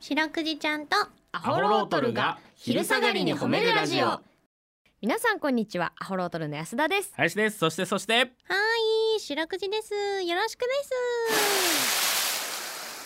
白くじちゃんとアホロートルが昼下がりに褒めるラジオ皆さんこんにちはアホロートルの安田です林ですそしてそしてはい白くじですよろしくで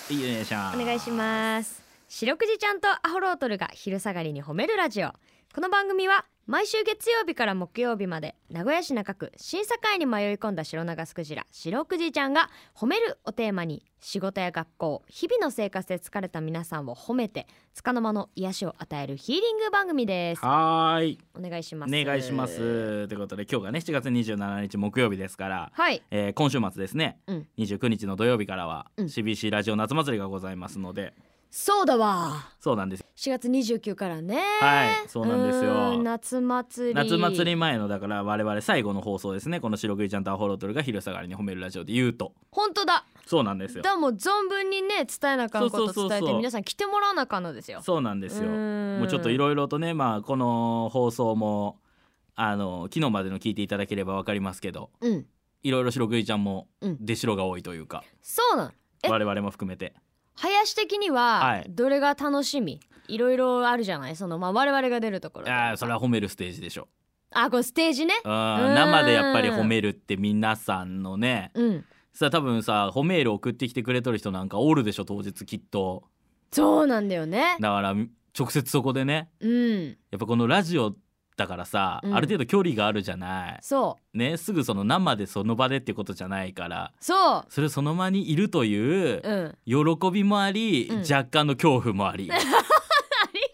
すいいねしゃお願いします白くじちゃんとアホロートルが昼下がりに褒めるラジオこの番組は毎週月曜日から木曜日まで名古屋市中区審査会に迷い込んだ白長スクジラ白くじちゃんが褒めるをテーマに仕事や学校日々の生活で疲れた皆さんを褒めて束の間の癒しを与えるヒーリング番組ですはーいお願いしおます願いしますということで今日がね7月27日木曜日ですから、はいえー今週末ですね、うん29日の土曜日からはうん CBC ラジオ夏祭りがございますのでそうだわそうなんです4月29からねはいそうなんですよーん夏祭り夏祭り前のだから我々最後の放送ですねこの白クリちゃんとアホロートルが昼下がりに褒めるラジオで言うと本当だそうなんですよだもう存分にね伝えなあかんことそうそう伝そえうそてう皆さん来てもらわなあかんのですよそうなんですようーんもうちょっといろいろとねまあこの放送もあの昨日までの聞いていただければわかりますけどうんいろいろ白クリちゃんもうん出城が多いというか、そうなんえ我々も含めて林的にははいどれが楽しみ、い、ろいろあるじゃないそのまあ我々が出るところあーそれは褒めるステージでしょあこれステージねうんん生でやっぱり褒めるって皆さんのねうんさあ多分さ褒めール送ってきてくれとる人なんかおるでしょ当日きっとそうなんだよねだから直接そこでねうんやっぱこのラジオだからさ、うんある程度距離があるじゃないそねすぐその生でその場でってことじゃないからうそそれその場にいるというううん喜びもあり、うん若干の恐怖も ありい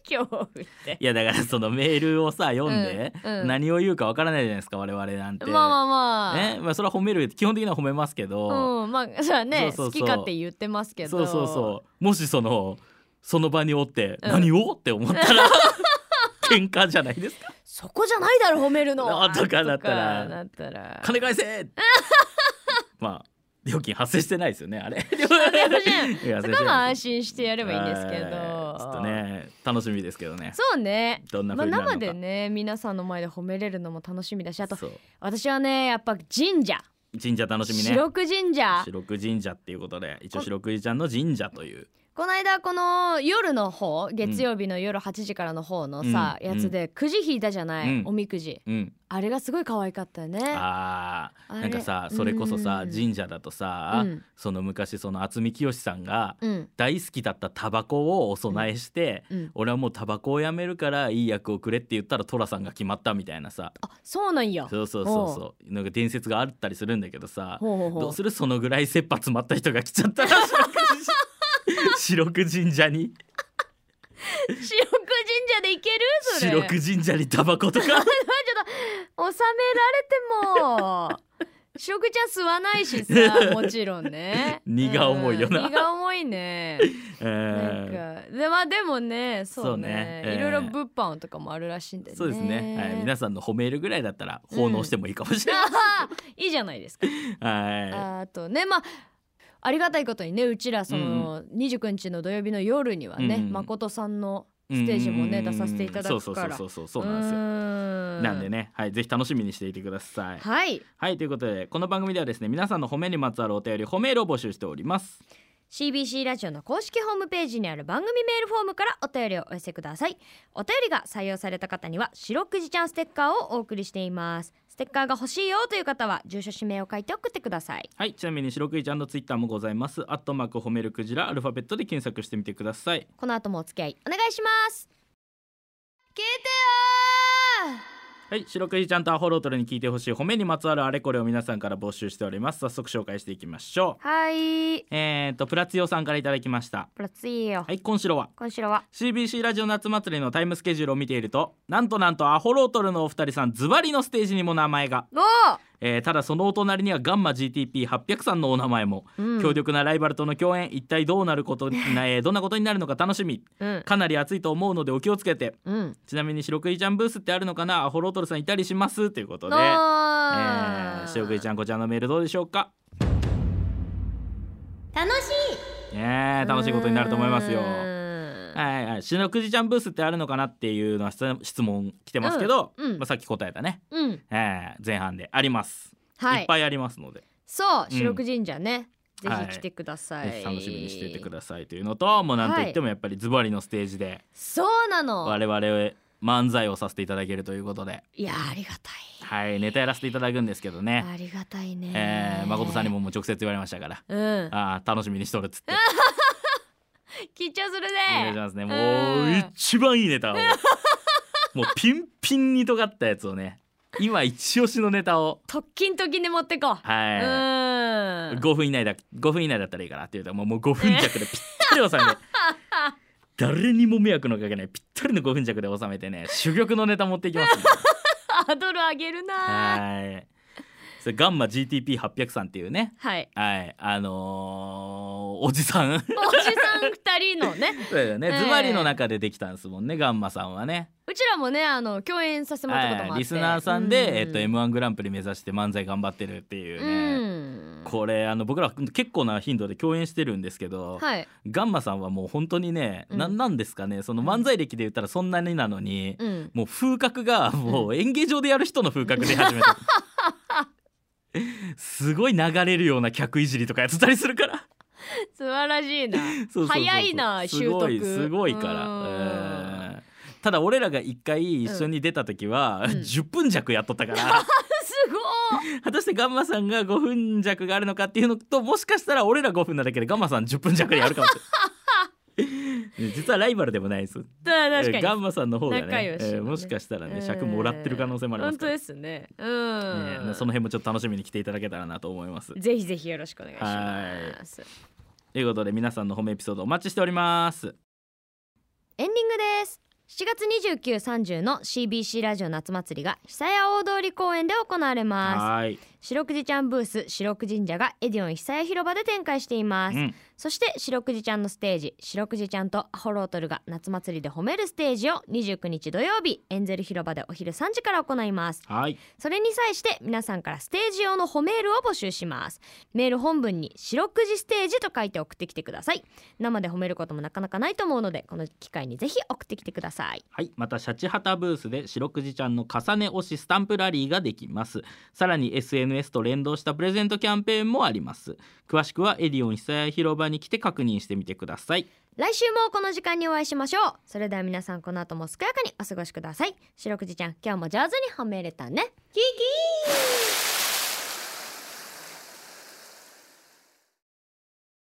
何恐怖ってやだからそのメールをさ読んで、うんうん何を言うかわからないじゃないですか我々なんて。まあまあまあねまあ、それは褒める基本的には褒めますけど、うんまあそうだねそうそうそう好き勝手言ってますけどそうそうそうもしそのその場におって、うん何をって思ったら 喧嘩じゃないですかそこじゃないだろ褒めるの はとかだったらとかだったら金 返せまあ料金発生してないですよね あれ金欲しいいやそこはまあ安心ししてやればいいんですけどちょっとね楽しみですけどねそうねどんなまあ、風になるのか、生でね皆さんの前で褒めれるのも楽しみだしあとそう私はねやっぱ神社神社楽しみね白く神社白く神社っていうことで一応白くじちゃんの神社というこの間この夜の方月曜日の夜8時からの方のさ、うんやつでくじ引いたじゃない、うんおみくじうんあれがすごい可愛かったよねあーあれなんかさそれこそさうん神社だとさ、うんその昔その渥美清さんがうん大好きだったタバコをお供えして、うん俺はもうタバコをやめるからいい役をくれって言ったら寅さんが決まったみたいなさあそうなんやそうそうそうそうなんか伝説があったりするんだけどさほうほうほうどうするそのぐらい切羽詰まった人が来ちゃった ら白くじ白く神社に白く神社でいけるそれ白く神社にタバコ と収かめられても食事は吸わないし さもちろんね荷が重いよなうん荷が重い ねえなんーかで,、まあ、でもねそうねそうねいろいろえー物販とかもあるらしいんでねそうですね、はい、皆さんの褒めるぐらいだったら奉納してもいいかもしれない、あ ーいいじゃないですかはい、あとねまあありがたいことにねうちらその29日の土曜日の夜にはね、うん誠さんのステージもねうん出させていただくからそうそうそうそうそうなんですよよなんでねはいぜひ楽しみにしていてくださいはいはいということでこの番組ではですね皆さんの褒めにまつわるお便り褒めるを募集しております CBC ラジオの公式ホームページにある番組メールフォームからお便りをお寄せくださいお便りが採用された方には「白くじちゃんステッカー」をお送りしていますステッカーが欲しいよという方は住所氏名を書いて送ってくださいはいちなみに白クイちゃんのツイッターもございますアットマーク褒めるクジラアルファベットで検索してみてくださいこの後もお付き合いお願いします聞いてよはい白クイちゃんとアホロートルに聞いてほしい褒めにまつわるあれこれを皆さんから募集しております早速紹介していきましょーうはいえーとプラツヨさんからいただきましたプラツイよ、はい今週は今週は CBC ラジオ夏祭りのタイムスケジュールを見ているとなんとなんとアホロートルのお二人さんズバリのステージにも名前が、おえーただそのお隣にはガンマ GTP800 さんのお名前も、うん強力なライバルとの共演一体どうなることに、 えーどんなことになるのか楽しみうんかなり暑いと思うのでお気をつけてうんちなみに白クイちゃんブースってあるのかなアホロートルさんいたりしますということで、えあー、白クイちゃんこちらのメールどうでしょうか楽しねえ楽しいことになると思いますようーんはいはい、白くじちゃんブースってあるのかなっていうのは質質問来てますけど、うんうんまあ、さっき答えたね、うんえー前半であります、はいっぱいありますのでそううん白く神社ね、ぜひ来てください、ぜひ楽しみにしていてくださいというのともうなんといってもやっぱりズバリのステージでそうなの我々漫才をさせていただけるということで、いやありがたい、はい、ネタやらせていただくんですけどね、ありがたいね、えー、誠さんにももう直接言われましたから。うんあー楽しみにしとるっつって緊張するお願いねしますねもううん一番いいネタをもうピンピンに尖ったやつをね今一押しのネタを特勤特勤で持ってこう、はういん5分以内だ5分以内だったらいいからっていうともうもう5分弱でぴったり収 めて誰にも迷惑のかけないぴったりの5分弱で収めてね珠玉のネタ持ってい きますんでアドルあげるなはいそれガンマ GTP800 さんっていうねはいはいあのーおじさ んおじさん二人のね そうだよね、ええズバリの中でできたんですもんねガンマさんはねうちらもねあの共演させてもらったこともあっはてい、リスナーさんで、うえっと、m 1グランプリ目指して漫才頑張ってるっていううね、んこれあの僕ら結構な頻度で共演してるんですけど、はいガンマさんはもう本当にね、なうんなんですかねその漫才歴で言ったらそんなになのに、 うんもう風格がもう演芸場でやる人の風格で始めた すごい流れるような客いじりとかやってたりす るから素晴らしいなそうそうそうそう早いな習すごい得すごいからうん、えーただ俺らが一回一緒に出た時は、 うん10分弱やっとったから、 すごい果たしてガンマさんが5分弱があるのかっていうのともしかしたら俺ら5分なだけでガンマさん10分弱でやるかもし れない実はライバルでもないですだ確かえーにガンマさんの方がね仲良しのねえーもしかしたらね尺もらってる可能性もあります本か当ら、ですねうん、ねその辺もちょっと楽しみに来ていただけたらなと思いますぜひぜひよろしくお願いしますということで皆さんの褒めエピソードお待ちしておりますエンディングです7月29、30の CBC ラジオ夏祭りが久屋大通公園で行われまはーい、す白くじちゃんブース白く神社がエディオン久屋広場で展開していますうん、そして白くじちゃんのステージ白くじちゃんとアホロートルが夏祭りで褒めるステージを29日土曜日エンゼル広場でお昼3時から行いますはいそれに際して皆さんからステージ用の褒めールを募集しますメール本文に白くじステージと書いて送ってきてください生で褒めることもなかなかないと思うのでこの機会にぜひ送ってきてくださいはい、またシャチハタブースで白くじちゃんの重ね押しスタンプラリーができますさらに SNS と連動したプレゼントキャンペーンもあります詳しくはエディオン久屋広場に来て確認してみてください来週もこの時間にお会いしましょうそれでは皆さんこの後も健やかにお過ごしください白くじちゃん今日も上手に褒めれたねキキー